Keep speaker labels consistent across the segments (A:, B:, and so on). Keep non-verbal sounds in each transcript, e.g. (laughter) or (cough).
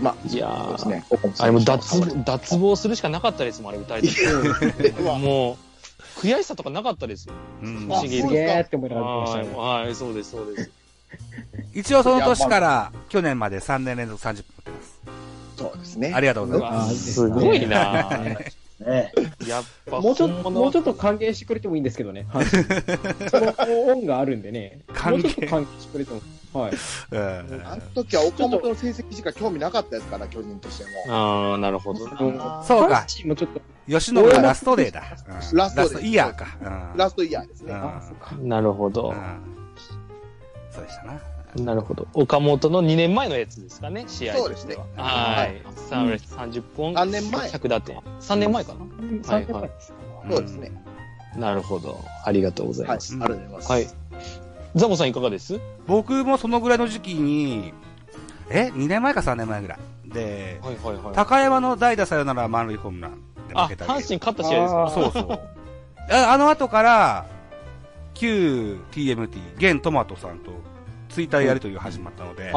A: まあ、
B: いや
A: そうですね。
B: ー、
A: ここも
B: あれもう
A: そ
B: 脱
A: うですね
B: 脱帽するしかなかったですもん、あれ歌えて (laughs) て。もう、悔しさとかなかったですよ。
C: うん
B: 不思議
A: すげーって思いながら見てました
B: はい、
A: ね。
B: はい、そうです、そうです。
C: 一応その年から去年まで3年連続30分持ってます。
A: そうですね。
C: ありがとうございます。
B: うわ
D: あ
B: すごいな
D: ね、
B: やっぱ
D: もうちょっ
B: 本
D: と、
B: 物
D: もうちょっと還元してくれてもいいんですけどね。はい、その恩があるんでね。
C: 還
D: も
C: 元
D: うちょっと還元してくれても。はい。
C: うん
A: あの時は岡本の成績しか興味なかったですから、巨人としても。
B: ああ、なるほど。
D: あ
C: そうか
D: 阪、神もちょっと、
C: 吉野がラストデーだ。うん
A: ラストデー
C: イヤーか。うん
A: ラストイヤーです
C: う
A: ね。
C: ん
D: あ、そうか。
B: なるほど。
C: うんそうでしたな。
B: なるほど。岡本の2年前のやつですかね、試合として
A: そ
B: は
A: うですね
B: はい。
A: うん
B: 30本。
A: 3年前
B: 100打点。3年前かな。
D: 3年前ですか。
A: そうですね。
B: なるほど。ありがとうござい
A: はい
B: ます。、
A: ありがとうございます。
B: はい。ザボさんいかがです
C: 僕もそのぐらいの時期に、え ?2 年前か3年前ぐらい。で、
B: はいはいはい。
C: 高山の代打さよなら満塁ホームランで
B: あ、
C: 負けたり。
B: 阪神勝った試合ですか
D: あ
C: そうそう。ああの後から、旧 TMT、現トマトさんと、ツイッターでやりという始まったので、
B: あ
C: う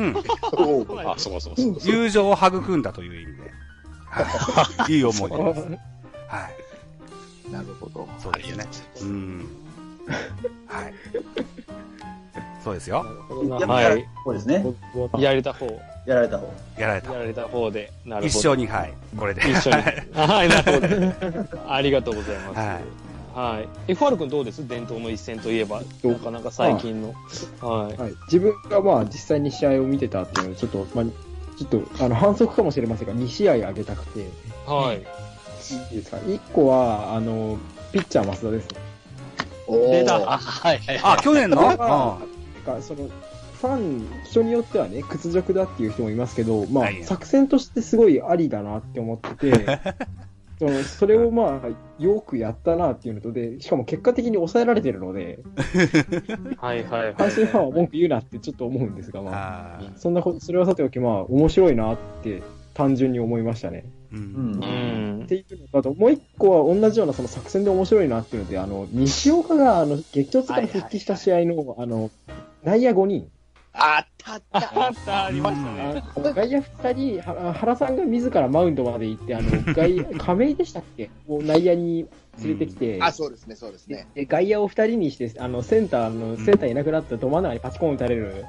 C: ん、
A: おう
B: あ。
E: あ、そうかそうかそうか。
C: 友情を育んだという意味で、はい、いい思い出です。はい、
A: なるほど。
C: そう
E: あ
C: で
E: り
C: す
E: が
C: ね
E: とう。ございます。
C: うん。はい。そうですよ。
B: はい。
F: そうですね。
B: やれた方。
F: やられた方。
C: やられ
B: や
C: た。
B: られた方で。なる
C: 一
B: ほ
C: 生
B: ど。
C: に、はい。これで。
B: 一緒に。はい、なるほど。ありがとうございます。
C: は
B: はい。FR 君どうです伝統の一戦といえば、なかなか最近の。はい。
D: はい、自分がまあ実際に試合を見てたっていうのは、ちょっと、まあ、ちょっとあの反則かもしれませんが、2試合上げたくて、いい
B: はい。
D: ですか、1個はあのピッチャー、増田ですね。
A: おー
B: 出た。あ、はいはい。
C: あ、去年のう
D: まあまあ
C: ん。
D: なんかそのファン、人によってはね、屈辱だっていう人もいますけど、まあ
C: はい、
D: 作戦としてすごいありだなって思ってて、
C: (laughs)
D: そのそれをまあ、よくやったなっていうのとで、しかも結果的に抑えられてるので、
B: はいはいは
D: 阪神
B: い。
D: ファンは文句言うなってちょっと思うんですが、まあ、
C: あー
D: そんなこと、それはさておき、まあ、面白いなって単純に思いましたね。
C: う。
F: うんん
B: う。
D: っ
B: ん。
D: ていうのと、あともう一個は同じようなその作戦で面白いなっていうので、あの、西岡が、あの、激闘から復帰した試合の、あの、内野5人、
A: あったあった。
B: あった、ありましたね。
D: あの外野2人、は原さんが自らマウンドまで行って、
F: (laughs)
D: あの、外野、亀井でしたっけを内野に連れてきて、
A: あ、そうですね、そうですね。
D: で外野を2人にして、あの、センターの、センターいなくなったど真ん中にパチコン打たれる。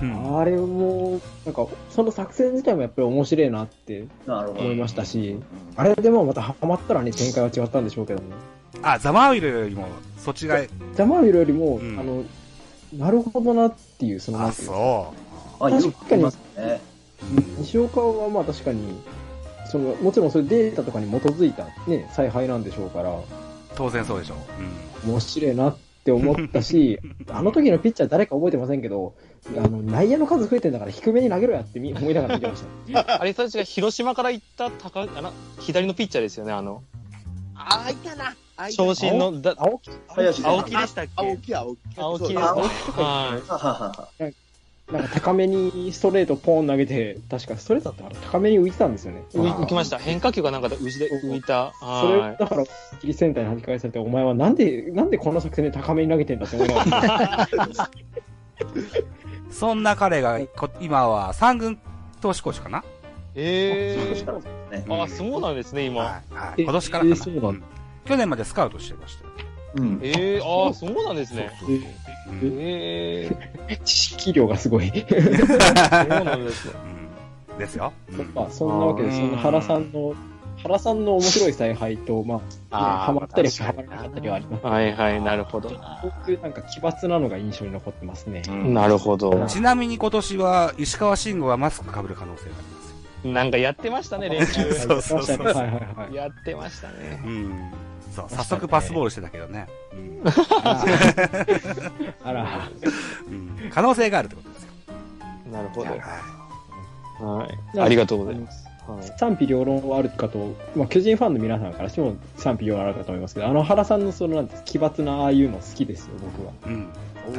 C: うん。
D: あれも、なんか、その作戦自体もやっぱり面白いなって
F: なるほど。
D: 思いましたし、あれでもまたハマったらね、展開は違ったんでしょうけどね。
C: あ、ザマウイルよりも、そっちが、
D: ジャマウイルよりも、
C: うん
D: あの、なるほどなっていう、その、な
C: あ、
D: んていうの
C: そ
F: あ、よく聞きますね。
C: う。うん
D: 西岡はまあ確かに、その、もちろんそういうデータとかに基づいたね、采配なんでしょうから、
C: 当然そうでしょう。うん。
D: 面白いなって思ったし、あの時のピッチャー誰か覚えてませんけど、あの、内野の数増えてんだから低めに投げろやってみ思いながら見てました。 (laughs)
B: あれ、確か広島から行った高、あら、左のピッチャーですよね、あの、
A: あ、いたな。あいた
B: 昇進の、だ
D: 青木
F: 林
B: 青木でしたっ
A: 青
B: け
A: 木、青木。
B: 青木ですね。
A: そう
B: は
F: 青ははは
D: なんか高めにストレートポーン投げて、確かストレートだったから高めに浮いてたんですよね。
B: い。浮きました。変化球がなんかで浮いで浮いた。
D: それ
B: は。
D: だから、キリセンターに弾き返されて、お前はなんで、なんでこんな作戦で高めに投げてんだって思いながら。
C: そんな彼が、こ今は三軍投手コーチかない
B: ええー。
F: ね。
B: あ、そうなんですね、今。
C: はい。はい
D: え
C: 今年からか
D: えーそうなんだ
C: な。うん去年までスカウトしてましたよ。
F: うん。
B: ええー、あ、そうなんですね。
C: そうそうそううん
B: え (laughs) え
D: 知識量がすごい。
B: ー、そうなんですね。
C: うんですよ。うん
D: まあ、そんなわけで、
B: うん
D: その原さんの、原さんの面白い采配と、ま
B: あ
D: あ、
B: ー
D: ハマったりハ
B: 確か
D: マ
B: らに
D: なかったりはあります。
B: はいはい、なるほど。
D: 僕、なんか奇抜なのが印象に残ってますね。
B: なるほど。
C: ちなみに今年は石川慎吾はマスク被る可能性がありますよ。
B: なんかやってましたね、練習。 (laughs)
C: そうそうそう
D: はいはいはい。
B: やってましたね。
C: うん。そう、早速パスボールしてたけどね。うん
B: (laughs)
D: あら、
C: うん可能性があるってことですよ。
B: なるほ
C: はい
B: ど。はい。ありがとうございます。はい
D: 賛否両論はあるかと、まあ、巨人ファンの皆さんからしても賛否両論あるかと思いますけど、あの原さんのその、なんていうんですか奇抜なああいうの好きですよ、僕は。
C: う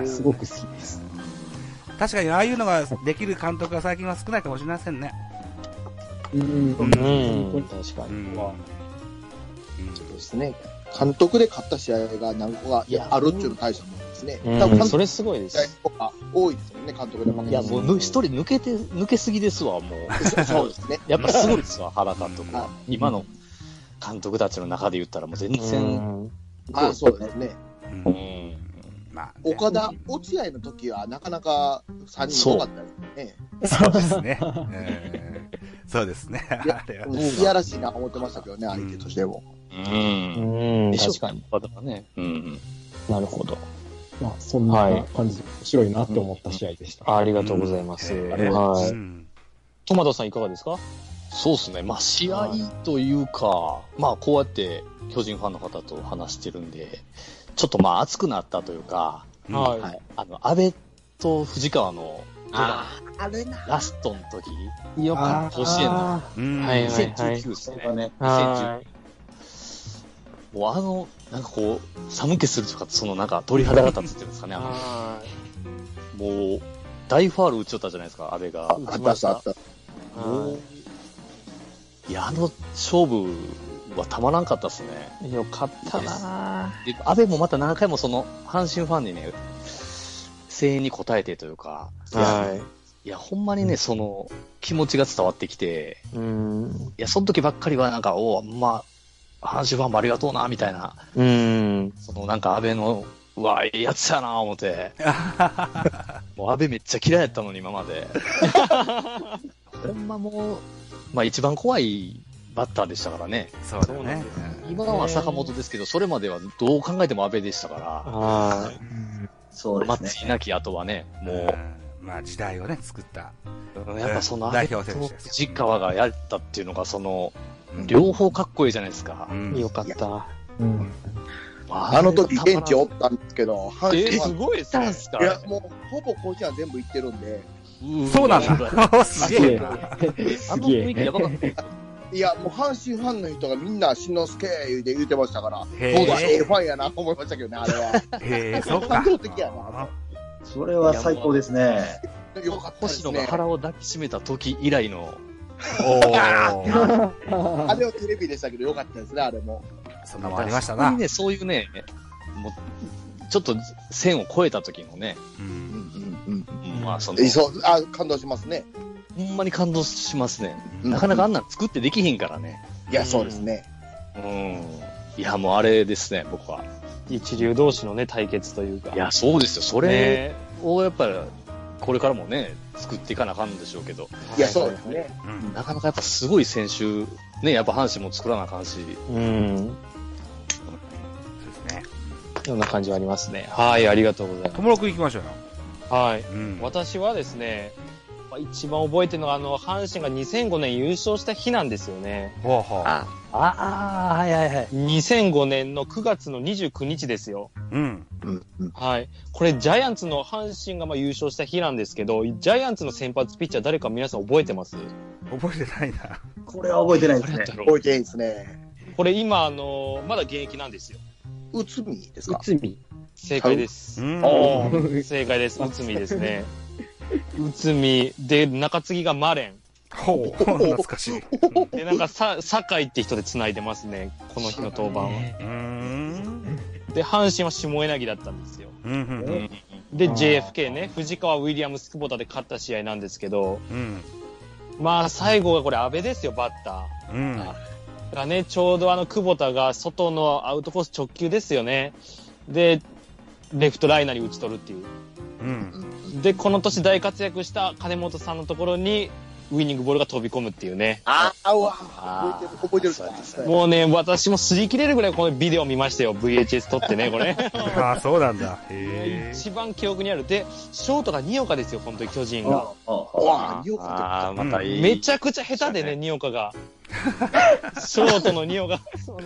C: ん。
D: すごく好きです。
C: 確かにああいうのができる監督が最近は少ないかもしれませんね。
D: うん
C: う
B: うん。確か
C: う
B: に。
C: ん。
D: まあ
C: うん
A: そうですね。監督で勝った試合が何個かいやあるっていうの大したもんですですね。多
B: う
A: 分
B: ん、それすごいで
A: 試合
B: す。
A: とか多いですよね、監督で負け
B: い
A: て
E: や、
A: る
E: もうぬ一人抜けて、抜けすぎですわ、
C: (laughs)
E: もう。
A: そうですね。
E: やっぱすごいですわ、原監督
A: う。
E: は今の監督たちの中で言ったらもう全然。
A: ああそうですね。
C: うん
E: うん
C: まあね、
A: 岡田、落合の時はなかなか3人多かったですね。
C: そうですね。えーそうですね。
A: いや
C: あれは。
A: うんいやらしいな思ってましたけどね、相手としても。
E: う
B: う
E: ん
B: ん、確
E: 確
B: か
E: か
B: に
E: に。。だからね。うん。
B: なるほど。
D: まあ、そんな感じで面白いなって思った試合でした。
B: ありがとうございます。
C: うん
B: は
C: う
B: い。
C: ん
B: トマトさんいかがですか
E: そうですね。まあ、試合というか、まあ、こうやって巨人ファンの方と話してるんで、ちょっとまあ、熱くなったというか、
C: うん
B: はい
E: はい。あの、安倍と藤川の、
A: ああ、あれな。
E: ラストの時、
B: よ
E: かった甲子園の
C: うん
B: はいはい
E: 2019ですね。
F: ね。
E: 2019もうあの、なんかこう、寒気するとか、そのなんか鳥肌が立つっていうんですかね、あのもう、大ファール打ちよったじゃないですか、安倍が。
A: あったあったあった。
E: もういや、あの勝負はたまらんかったですね。
B: よかったな
E: で安倍もまた何回もその、阪神ファンにね、声援に応えてというか、いや、
B: はい
E: やほんまにね、その、気持ちが伝わってきて、
B: い。うん。
E: いや、その時ばっかりはなんか、おうまあ、阪神ファンもありがとうな、みたいな、
B: うん。
E: そのなんか安倍の、うわ、ええやつやな、思って。もう安倍めっちゃ嫌いやったのに、今まで。ほんまもう、まあ一番怖いバッターでしたからね。
C: そうだ
B: そうなん
C: ね
B: で。
E: 今は坂本ですけど、それまではどう考えても安倍でしたか
B: は
F: そう
E: ら、
F: で
E: マ
F: す
E: ッ
F: ね。
E: チいなきあとはね、
C: うん
E: も
C: うんまあ時代をね、作った。
E: う、やっぱその
C: 代
E: 安
C: 表
E: 倍
C: 選手
E: と
C: ですよ
E: 藤川がやったっていうのが、その、
C: うん
E: 両方かっこいいじゃないですか。
C: うん
B: い。よかった。
D: うん
A: あの時、現地おったんですけど、阪神
E: えー、す
A: フ
E: ごいですね。
A: ァン。いや、もう、ほぼ甲子園は全部行ってるんで、
C: そうなんだ。 (laughs) す
D: す
C: げえ
D: げえ
C: な。。
E: あの
D: すげえ
E: 雰囲気やばかった。
A: いや、もう阪神ファンの人がみんな、しんのすけ言うて言うてましたから、どう
C: へ
A: だ、ええ
C: え
A: ファンやな、思いましたけどね、あれは。
C: へえ、そっか
A: 感。動的やな
F: それは最高ですね。
A: よかったで
E: 星
A: す
E: 野が
A: ね。
E: 腹を抱きしめた時以来の、
C: おー
A: あれはテレビでしたけど、よかったですね、あれも。
C: そんなもんありました
E: 本当
C: な
E: に。ね、そういうね、もう、ちょっと線を越えた時のね、
C: うん
A: うん
E: まあその
A: うん。、そう、あ、感動しますね。
E: ほんまに感動しますね。
A: うん
E: なかなかあんなん作ってできへんからね。
A: いや、そうですね。
E: うん。いや、もうあれですね、僕は。
B: 一流同士のね、対決というか。
E: いや、そうですよ。それ
B: ね、
E: をやっぱり、これからもね、作っていかなあかんでしょうけど、
A: いや、そうですね。
C: うん
E: なかなかやっぱすごい選手、ね、やっぱ阪神も作らなあかんし、
B: うん。
C: そうですね。
B: ような感じはありますね。はい、ありがとうございま
C: ともろくん行きましょうよ。
B: す。はい。
C: うん。
B: 私はですね、まあ一番覚えてるのが、あの、阪神が2005年優勝した日なんですよね。
C: ほうほう。
E: ああ、はいはいはい。
B: 2005年の9月の29日ですよ。
C: うん。
B: はい。これ、ジャイアンツの阪神がまあ優勝した日なんですけど、ジャイアンツの先発ピッチャー誰か皆さん覚えてます
C: 覚えてないな。
F: これは覚えてないです
E: 誰や
F: ね
E: った。ろう
A: 覚えていいですね。
B: これ今、あのまだ現役なんですよ。
A: 内海ですか
D: 内海。
B: 正解です。
C: うん。
B: お
D: ー
B: ー正解です。内海ですね。内海。で、中継ぎがマレン。
C: ほう。懐かしい。う
B: で、なんかさ、酒井って人で繋いでますね。この日の登板は。
C: ん。
B: で、阪神は下柳だったんですよ。
C: うん。うん。
B: で、
D: あー
B: JFK ね、藤川ウィリアムス・久保田で勝った試合なんですけど、
C: うん。
B: まあ、最後がこれ、安倍ですよ、バッタ
C: うん。
B: ー。がね、ちょうどあの、久保田が外のアウトコース直球ですよね。で、レフトライナーに打ち取るっていう。
C: うん。
B: で、この年大活躍した金本さんのところに、ウイニングボールが飛び込むっていうね。
A: ああ、うわ。
E: あー
A: 覚えてる、覚えてる。
E: そうや
B: もうね、私も擦り切れるぐらいこのビデオ見ましたよ。VHS 撮ってね、これ。
C: ああ、そうなんだ。へえ。
B: 一番記憶にある。で、ショートが二岡ですよ、この時、巨人が。
F: ああ
A: う
F: あ
A: わ、よか
E: ああ、またいい。
B: めちゃくちゃ下手でね、二岡が。ショートの二岡。そうね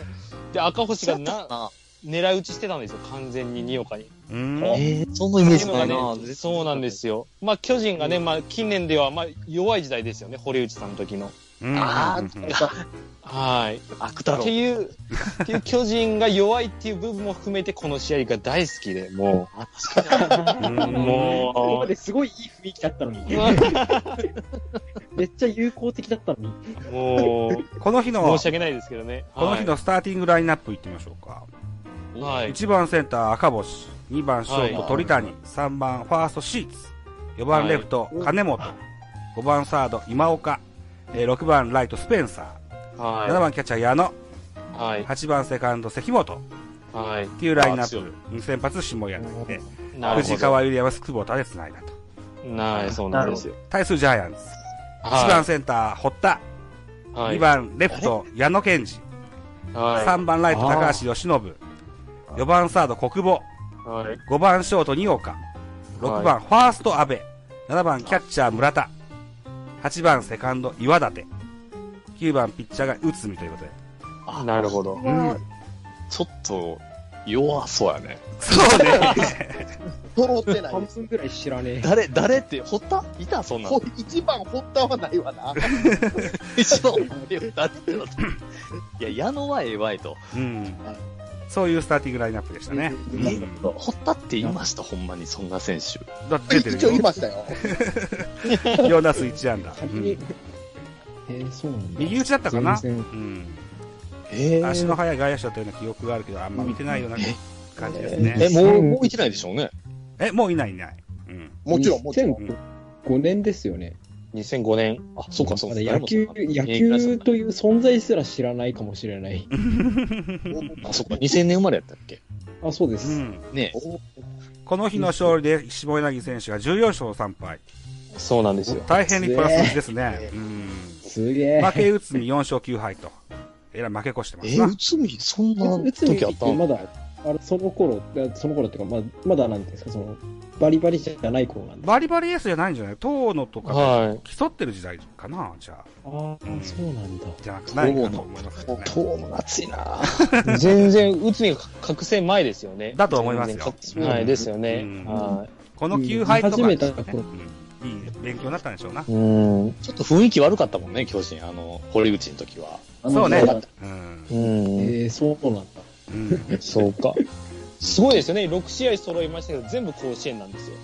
B: で、赤星がな、
E: な。
B: 狙い撃ちしてたんですよ、完全に二岡に。
C: うん。
E: えー、そのイメージ
B: ってい
E: な
B: う
E: い
B: の
E: な
B: が。ね、そうなんで。すよ。まあ、巨人がね、まあ、近年では、まあ、弱い時代ですよね、堀内さんの時の。
C: うん。
E: あ
B: はい。
E: 悪だ
B: っ
E: ろ
B: て。いう、っていう巨人が弱いっていう部分も含めて、この試合が大好きで、もう、
D: これま
B: も (laughs) う、
D: ですごいいい雰囲気だったのに。めっちゃ友好的だったのに。
B: もう、
C: この日の
B: 申し、訳ないですけどね。
C: この日のスターティングラインナップいってみましょうか。
B: はい、はい。
C: 1番センター赤星。 2番ショート鳥谷、3番ファーストシーツ、4番レフト金本、5番サード今岡、えー6番ライトスペンサー、7
B: は
C: 番キャッチャー矢野、
B: い。はい。
C: 8番セカンド関本
B: はい。
C: っていうラインナ
B: あ強
C: ップ、先発下柳で、
B: なるほど。
C: 藤川ユリアは久保田で繋いだと。
B: ない、そうなんですよ。
C: 対するジャイアンツ、1番
B: は
C: センター堀田、
B: い。は
C: 2
B: い。
C: 番レフト矢野健二、
B: は
C: 3番ライト高橋由伸、4番サード国保、
B: い。はい。
C: 5番ショート二岡、6番ファースト阿部、7番キャッチャー村田、8番セカンド岩立、9番ピッチャーが内海ということで。
B: なるほど。
E: ちょっと、弱そうやね。
C: そうね。 (laughs)
A: 揃ってない
D: 半
A: です。
D: 分ぐらい知らねえ。
E: 誰、誰って、堀田いたそんな
A: ほ
E: の。
A: 一番掘ったはないわな。
E: 一番誰ってなったいや、矢野はええわいと。
C: うん。そういうスターティングラインナップでしたね。
F: うん
C: うん
E: 堀田って言いました、ほんまに、そんな選手。
C: だって出て
A: 一応
C: る
A: 言い
C: よ。
A: ましたよ。
C: 4打数1安打。う
D: 先に
C: ん
D: えー、そうなんだ。
C: 右打ちだったかな
D: 全然
C: うん。
E: え
C: 足の速い外野手だったような記憶があるけど、あんま見てないような感じです
E: え、
C: ね。
E: もう、もういてないでしょうね。
C: え、もういないいない。うん。
A: もちろん、もちろん。
D: 2005年ですよね。
B: 2005年。
E: あ、そうか、そう
D: ま
E: か。
D: だ野球、野
E: 平
D: 球
E: 均
D: という存在すら知らないかもしれない。
E: あ、そうか、2000年生まれやったっけ
D: あ、そうで
C: う
D: す。
C: ん。
E: ね
C: この日の勝利で下柳選手が14勝3敗。
B: そうなんですよ。
C: 大変立派な数字ですね。うん。
D: すげえ。
C: 負け打つに4勝9敗と。えらい負け越してま
E: え
C: すな。
E: 内海、そんな
D: 内海
E: 時あ
D: っ
E: った
D: て
E: の
D: まだ、あのその頃、あその頃っていうか、まあまだなんていうんですか、その、バリバリじゃない頃なんだ。
C: バリバリエースじゃないんじゃない遠野とかと
B: はい。
C: 競ってる時代かなじゃあ。
D: ああ
C: うん、
D: そうなんだ。
C: じゃないかと思いますけどね。
E: 遠野熱いな
B: (laughs) 全然、内海が覚醒前ですよね。
C: だと思います
B: 全
C: よ
B: 然覚醒前ですよね
C: うん。
B: は
C: この9敗とか、
D: うん
C: ね
D: 初めてこ
C: うんいい勉強になったんでしょうな。
B: い。うん。
E: ちょっと雰囲気悪かったもんね、巨人。あの、堀口の時は。
F: あの
C: そうね
F: そうだっ
C: うん。
B: うん。
D: えー、そうなんだ。
C: うん
B: そうか。すごいですよね。6試合揃いましたけど、全部甲子園なんですよ。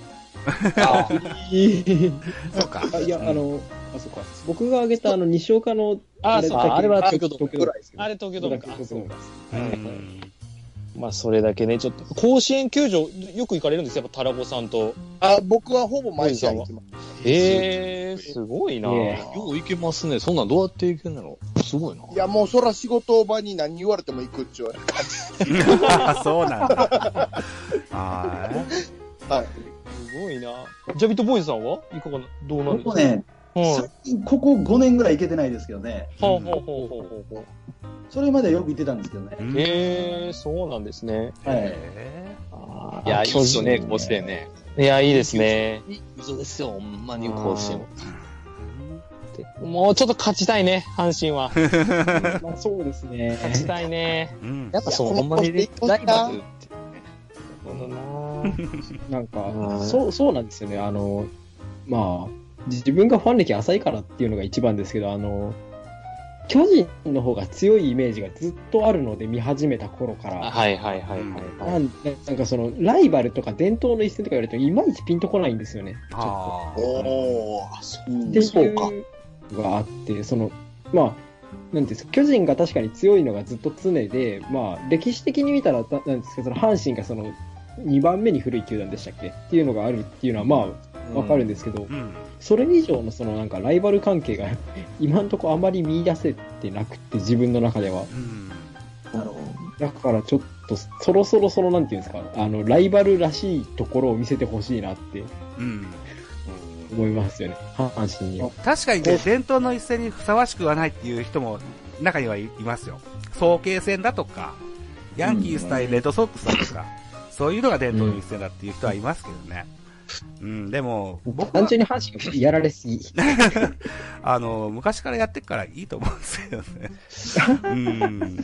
C: そうか。
D: あいや、あの、あ、そうか。僕が挙げた、あの、西岡の、
B: あ
D: だけ
B: そうあれは東京ドーム
D: ドームですけど
B: あれ東京ドームか。
D: 東
B: あ
D: 京
B: そ
D: ド
B: う
D: ーム
B: か。
C: うん (laughs)
B: まあ、それだけね、ちょっと、甲子園球場、よく行かれるんですよ、やっぱ、タラゴさんと。
A: あ僕はほぼ毎試合行きます。。
B: へえ、すごいな
D: ねえ
E: よういけますね。そんなんどうやっていけんだろう。すごいない
A: や、もうそら仕事場に何言われても行くっちゅう。
C: あそうなんだ。は
A: はい。
B: すごいなジャビットボーイズさんはいかがな、どうなんです
F: 僕
B: か
F: ね、
B: はい。
F: 最近ここ5年ぐらい行けてないですけどね、
B: ほうほうほうほうほうほ
F: それまではよく行ってたんですけどね。
C: い。
B: う。へえ、そうなんですね。
F: はい。
C: え
E: いや、いいっすよね、甲
B: も
E: 子園ね。
B: いや、いいですね。
E: いい嘘ですよ、ほんまに甲子園。
B: もうちょっと勝ちたいね、阪神
C: (laughs)
B: は。
D: まあ、そうですね。
B: 勝ちたいね。
C: ーうん
E: やっぱそう、
A: い
E: ほ
A: や
E: んまにね
A: この
E: ラ
A: 甲子
E: イ
A: 園
E: バ
A: 行
E: ル
A: き
E: って。
D: なんか
B: う、ん
D: そう、そうなんですよね。あの、まあ、自分がファン歴浅いからっていうのが一番ですけど、あの、巨人の方が強いイメージがずっとあるので見始めた頃から、
B: はいはいはいはい
D: な
B: はい。
D: んなんかその、ライバルとか伝統の一戦とか言われてもいまいちピンとこないんですよね。
C: あー
A: おー、そう
D: って
A: んそ
D: いう
A: か。
D: うのがあって、その、まあ、なんていうんですか、巨人が確かに強いのがずっと常で、まあ、歴史的に見たら、たなんですか、その阪神がその、2番目に古い球団でしたっけっていうのがあるっていうのは、まあ、わかるんですけど、
C: うん。
D: それ以上のそのなんかライバル関係が (laughs) 今のところあまり見出せてなくて自分の中では
C: うん。
F: なるほど。
D: だからちょっとそろそろそのなんていうんですかあのライバルらしいところを見せてほしいなって
C: うん。
D: 思いますよね阪神には
C: 確かにね、伝統の一戦にふさわしくはないっていう人も中にはいますよ。早慶戦だとか、ヤンキース対レッドソックスだとか、そういうのが伝統の一戦だっていう人はいますけどね。うん、でも、僕
D: 単
C: は
D: 純に阪神がやられすぎ
C: あの、昔からやってるからいいと思うんですけどね。うん。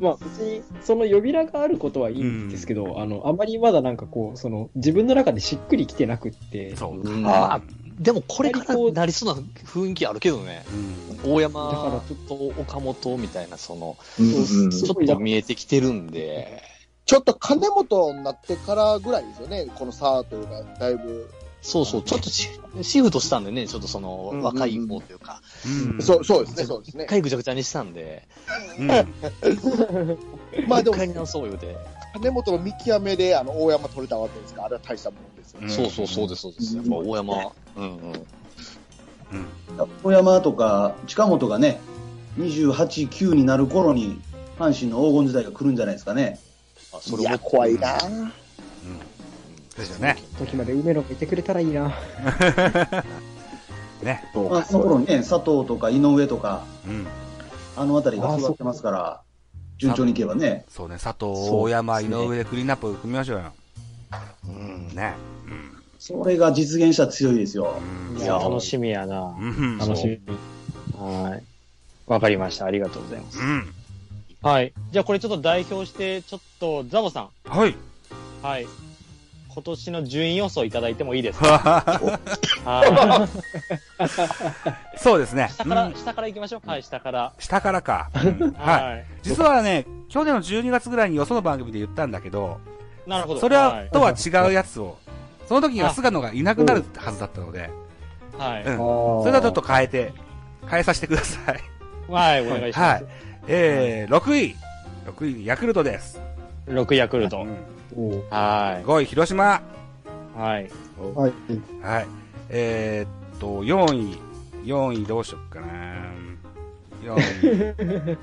D: まあ別にその呼び名があることはいいんですけど、あのあまりまだなんかこうその自分の中でしっくりきてなくって
C: そう
E: うん
C: か。
E: あでもこれからなりそうな雰囲気あるけどね。
C: うん。
E: 大
D: だから
E: 山
D: ちょっ
E: と岡本みたいな、その、
F: うん
E: ちょっと見えてきてるんで。
A: ちょっと金本になってからぐらいですよね、この差というか、だいぶ。
E: そうそう、ちょっとシシフトしたんでね、ちょっとその
A: うんうん
E: 若い方というか、
C: うん。
A: そうそうですね、そうですね
E: 一。回ぐちゃぐちゃにしたんで、
C: うん。
A: まあで
E: 一
A: も、
E: 回に直そう言うて、
A: 金本の見極めで、あの、大山取れたわけですから、あれは大したものですよね。
E: そうそうそうです、そうです。やっぱ大山。うんうん。
F: 小山とか近本がね、28、9になる頃に、阪神の黄金時代が来るんじゃないですかね。
E: あ、
A: いや、怖いなぁ。
C: ですよね。
D: 時まで梅野がいてくれたらいいな。
C: ね。
A: そう
F: まあ、その頃にね、佐藤とか井上とか、
C: うん。
F: あの辺りが育ってますから、順調にいけばね。
C: そうね、佐藤、大山、井上でクリーンアップ組みましょうよ。
E: うん。
C: ね。
F: それが実現したら強いですよ
C: う。ん
B: いや、楽しみやな。
C: うん。
B: 楽しみ。はい。わかりました。ありがとうございます。
C: うん。
B: はい。じゃあこれちょっと代表して、ちょっとザボさ
C: はい。
B: ん。はい。今年の順位予想いただいてもいいですかは
C: (laughs) そうですね
B: い。。
C: (laughs)
B: 下
C: う
B: から、
C: ん
B: 下から行きましょう。はい、下から。
C: 下からか。うんはい。
B: い。
C: 実はね、去年の12月ぐらいによその番組で言ったんだけど、
B: なるほど。
C: それは、
B: い
C: とは違うやつを、その時には菅野がいなくなるはずだったので、
B: は
C: う
B: い。
C: ん。そ
D: そ
C: れではちょっと変えて、変えさせてください。
B: はい、お願いしま
C: は
B: す
C: い。。えー、6位。6位、ヤクルトです。
B: 6ヤクル
C: う
B: ト。
C: ん
D: と。
B: は
C: 5位、広島。
B: い。はい。
D: はい。
C: はい。えー、っと、4位。4位どうしよっかな。4位。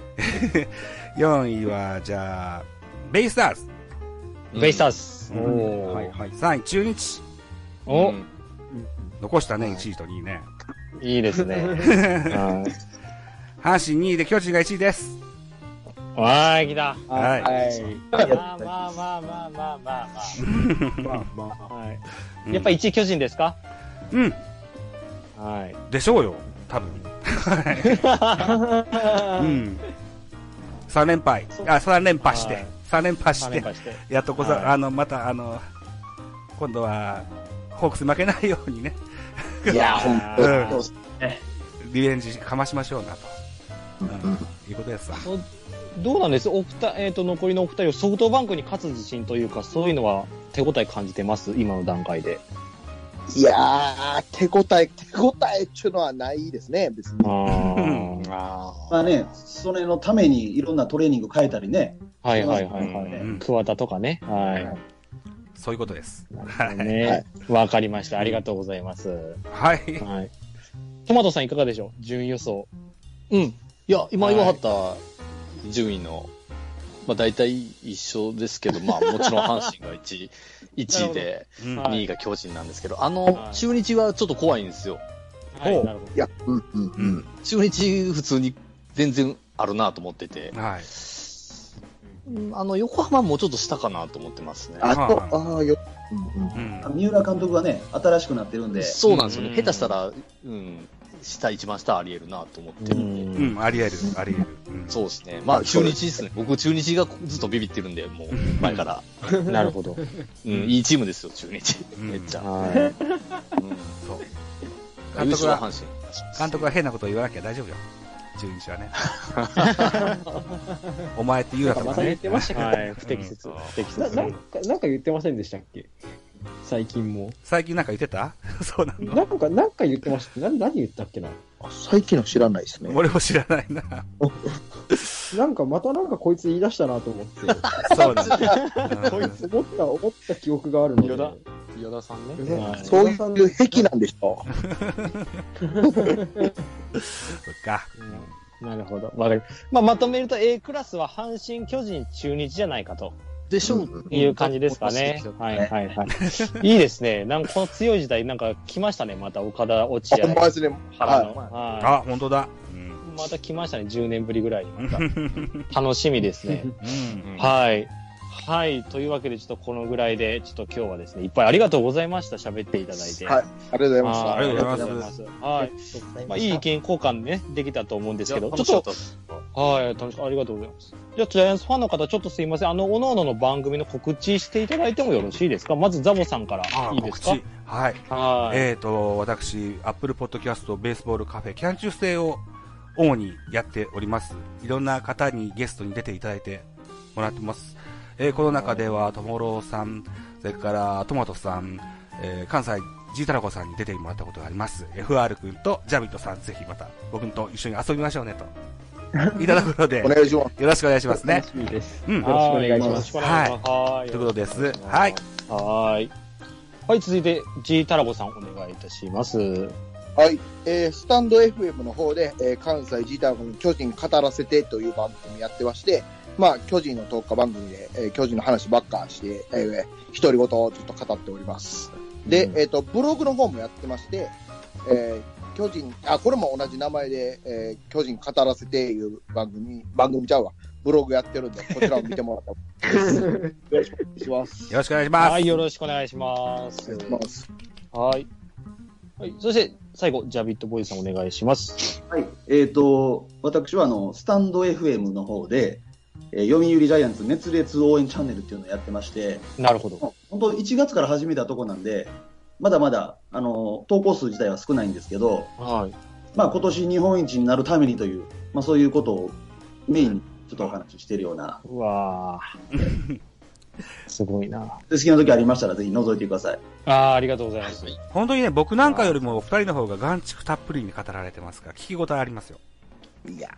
C: 4位は、じゃあ、ベイスターズ。
B: ベイスタ
E: ー
B: ーズ。
C: うんはいはい。3位、中日。
B: お、
C: 残したね、1位と2位ね。
B: いい
C: (laughs)
B: ですね。は
C: 阪神2位で巨人が1位です。
B: いわーい、来た。
C: はい
D: はい。
B: まあまあまあまあまあまあ
D: まあまあ
B: まあ。はい。
C: うん
B: やっぱ1位巨人ですか
C: うん。
B: はい。
C: でしょうよ。多分。うん。3連敗。あ、3連覇し
B: は
C: て
B: い。
C: 3連覇し
B: 3連
C: て。
B: 覇して。
C: やっとこ
B: はい
C: さ、あの、また、あの、今度は、ホークス負けないようにね、
A: いや、ほん
C: うん
A: と。
C: リベンジかましましょうなと。うん。いうことですわ。
B: どうなんですお二、えっ、と、残りのお二人をソフトバンクに勝つ自信というか、そういうのは手応え感じてます今の段階で。
A: いやー、手応え、手応えっていうのはないですね、別に。
B: あ
C: ん
B: あ。
F: まあね、それのためにいろんなトレーニング変えたりね。
B: はいはいはいは
C: う
B: い。
C: ん
B: 桑田とかね。はい。
C: そういうことです。
B: ね、わかりました。ありがとうございます。
C: はい。
B: はい。トマトさんいかがでしょう順位予想。
E: うん。いや、今言わはった順位の、まあ大体一緒ですけど、まあもちろん阪神が1位、1位で、
C: うん
B: はい
E: 2位が巨人なんですけど、あ
B: は
E: の、
B: い
E: 中日はちょっと怖いんですよ。
B: はい
C: おう
B: なるほど
A: いや、うんうんうん。
E: 中日普通に全然あるなと思ってて、
C: はい。
E: うんあの、横浜もちょっと下かなと思ってますね。
A: あ
C: はい
A: と、ああ、よ、うんうん。
C: うん
F: 三浦監督がね、新しくなってるんで、
E: そうなんですよね。
B: うん
E: 下手したら、うん、下、一番下あり得るなと思ってるんで。
B: う
C: うんん、あり得る、あり得る。うん
E: そうですね。まあ、中日ですね。僕、中日がずっとビビってるんで、もう、前から。
B: なるほど。
E: うん、いいチームですよ、中日。
C: うん
E: めっちゃ。
B: は
E: うん
C: そう。
E: 優
C: 監督
E: 勝は
C: は、
E: 阪神。
C: 監督は変なこと言わなきゃ大丈夫よ。中日はね。お前って言うなと
D: ま
C: か
D: た言っ
C: ね。
D: てました
B: い。
D: けど
B: はい。不適切。不適
D: な
B: 切。
D: なんか、なんか言ってませんでしたっけ最近も。
C: 最近なんか言ってた (laughs) そうなの。
D: なんか、なんか言ってましたっけな何言ったっけな
A: 最近の知らないですね。
C: 俺も知らないな。
D: なんか、またなんかこいつ言い出したなと思って。
C: そうなんだ。うん
D: 思った、思った記憶があるので。
B: よだ与田さんね。
D: ね
A: そういう癖なんでしょ
C: そっか。
B: なるほど。わかりまあ、まとめると A クラスは阪神、巨人、中日じゃないかと
E: でしょ
A: うん
E: う
B: いう感じですかね。はいはいはい。いいですね。なんかこの強い時代、なんか来ましたね。また岡田、落
A: あ (laughs)
B: 合、
A: ほんまですね。
B: 原
A: は
B: の。は
C: あ、本当だ。うん。
B: い。また来ましたね。10年ぶりぐらいに
C: う
B: また。
C: ん。
B: 楽しみですね。
E: うん
B: はい。はい。というわけで、ちょっとこのぐらいで、ちょっと今日はですね、いっぱいありがとうございました。喋っていただい
A: い。
B: て。
A: はい。ありがとうございました。
B: は
C: ありがとうござい
B: ありが
C: ま
B: とうございます。はい。まあ、いい意見交換ね、できたと思うんですけど、ちょっと、はい、楽しかったありがとうございます。じゃあ、ジャイアンツファンの方、ちょっとすいません。あの、各々の番組の告知していただいてもよろしいですかまず、ザボさんから
C: あ、
B: いいで
C: 告
B: すか
C: 知。はい。
B: はい。
C: えーと、私、アップルポッドキャスト、ベースボールカフェ、キャンチューステイを主にやっております。いろんな方にゲストに出ていただいてもらってます。えーこの中では、ともろうさん、それからトマトさん、えー関西、ジータラコさんに出てもらったことがあります。FR くんとジャビットさん、ぜひまた僕と一緒に遊びましょうね
A: (laughs)
C: といたところで、
A: お
C: よ
A: 願いします。
C: ろしくお願いしますね
D: 楽。しみです。
C: うん。
D: あ
C: と
D: ろしくお願いします
B: はい。
C: いうことです。はい。。
B: はい。はい、続いて、G タラボさんお願いいたします。
A: はい。えー、スタンド FM の方で、えー関西自体の巨人語らせてという番組やってまして、まあ、巨人のトーク番組で、えー巨人の話ばっかして、えー、独り言をずっと語っております。で、えっ、と、ブログの方もやってまして、えー巨人、あ、これも同じ名前で、えー巨人語らせていう番組、番組ちゃうわ。ブログやってるんで、こちらを見てもらったら。よろしくお願いします。
C: よろしくお願いしま
B: は
C: す
B: い、。よろしくお願いします
A: お。願いし
B: (laughs)
A: ます。
B: はい。はい、そして、最後、ジャビットボーイさんお願いします。
F: はい。えっ、と、私はあの、スタンド FM の方で、えー読売ジャイアンツ熱烈応援チャンネルっていうのをやってまして、
B: なるほど。
F: 本当1月から始めたとこなんで、まだまだ、あの、投稿数自体は少ないんですけど、
B: はい。
F: まあ今年日本一になるためにという、まあそういうことをメインにちょっとお話ししているような、
B: うわーすごいな。
F: 好きな時ありましたらぜひ覗いてください。
B: ああ、ありがとうございます。
C: 本当にね、僕なんかよりもお二人の方が眼畜たっぷりに語られてますから、聞き応えありますよ。
A: いや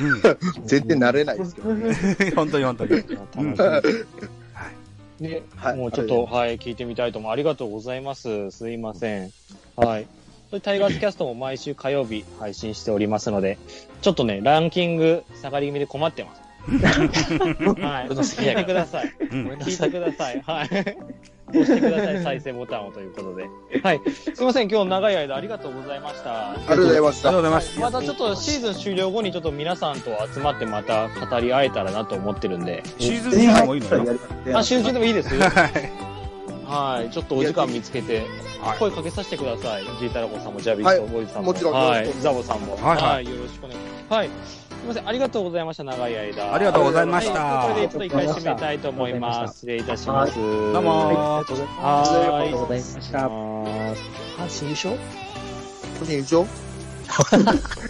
C: うん。
A: ー、全然慣れないですけどね。
C: (laughs) 本当に本当に。
B: 楽しみですね、
A: はい
B: もうちょっと、はい、聞いてみたいと思う。ありがとうございます。すいません。はい。それタイガースキャストも毎週火曜日配信しておりますので、ちょっとね、ランキング下がり気味で困ってます。はい。聞いてください。
C: うん
B: 聞いてください。はい。押してください。再生ボタンをということで。はい。すいません。今日長い間ありがとうございました。
A: ありがとうございました。
C: ありがとうございます。
B: またちょっとシーズン終了後にちょっと皆さんと集まってまた語り合えたらなと思ってるんで。
C: シーズン2でもいいのよ。
B: あ、集中でもいいですよ。
C: はい。
B: はい、ちょっとお時間見つけて、
C: はい
B: 声かけさせてください。ジータラコさんも、ジャビット、ボイズさんも、
A: もちろん
B: はい
A: よろしくお願いします
B: ザボさんも、
C: はいはい
B: よろしくお願いします。はい、すみません、ありがとうございました、長い間。
C: ありがとうございま
B: はい
C: し
B: これ
C: た
B: で。ちょっと一回締めたいと思います。失礼いたします。
C: ど
B: ど
C: うも
E: とうございま
D: あ
B: は
D: りがとうござい
B: い。
D: ました。
E: す。阪神優勝
A: 個人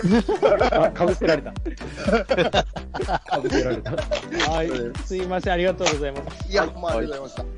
A: 優勝
D: あ、かぶせられた。かぶせられた。
B: はい、すいません、ありがとうございます。
A: いや、まあ、ありがとうございました。